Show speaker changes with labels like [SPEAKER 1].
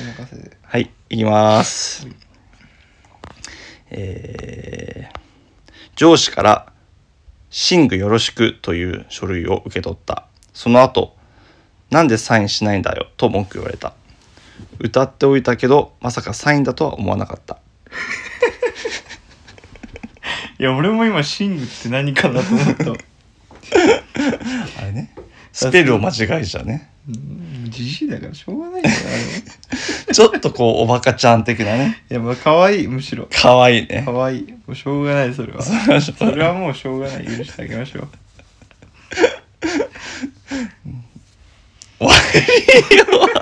[SPEAKER 1] お任せで
[SPEAKER 2] はい、いきます。えー上司から、シングよろしくという書類を受け取った。その後、なんでサインしないんだよと文句言われた。歌っておいたけど、まさかサインだとは思わなかった。
[SPEAKER 3] いや俺も今シングって何かなと思った、
[SPEAKER 2] あれね。スペルを間違えちゃうね。
[SPEAKER 1] うんじじいだからしょうがないよなあれは
[SPEAKER 2] ちょっとこう、おバカちゃん的なね。
[SPEAKER 1] いやまあ可愛いむしろ
[SPEAKER 2] 可愛い ね。
[SPEAKER 1] 可愛いもうしょうがないそれはそれはもうしょうがない許してあげましょう
[SPEAKER 2] 終わりよ。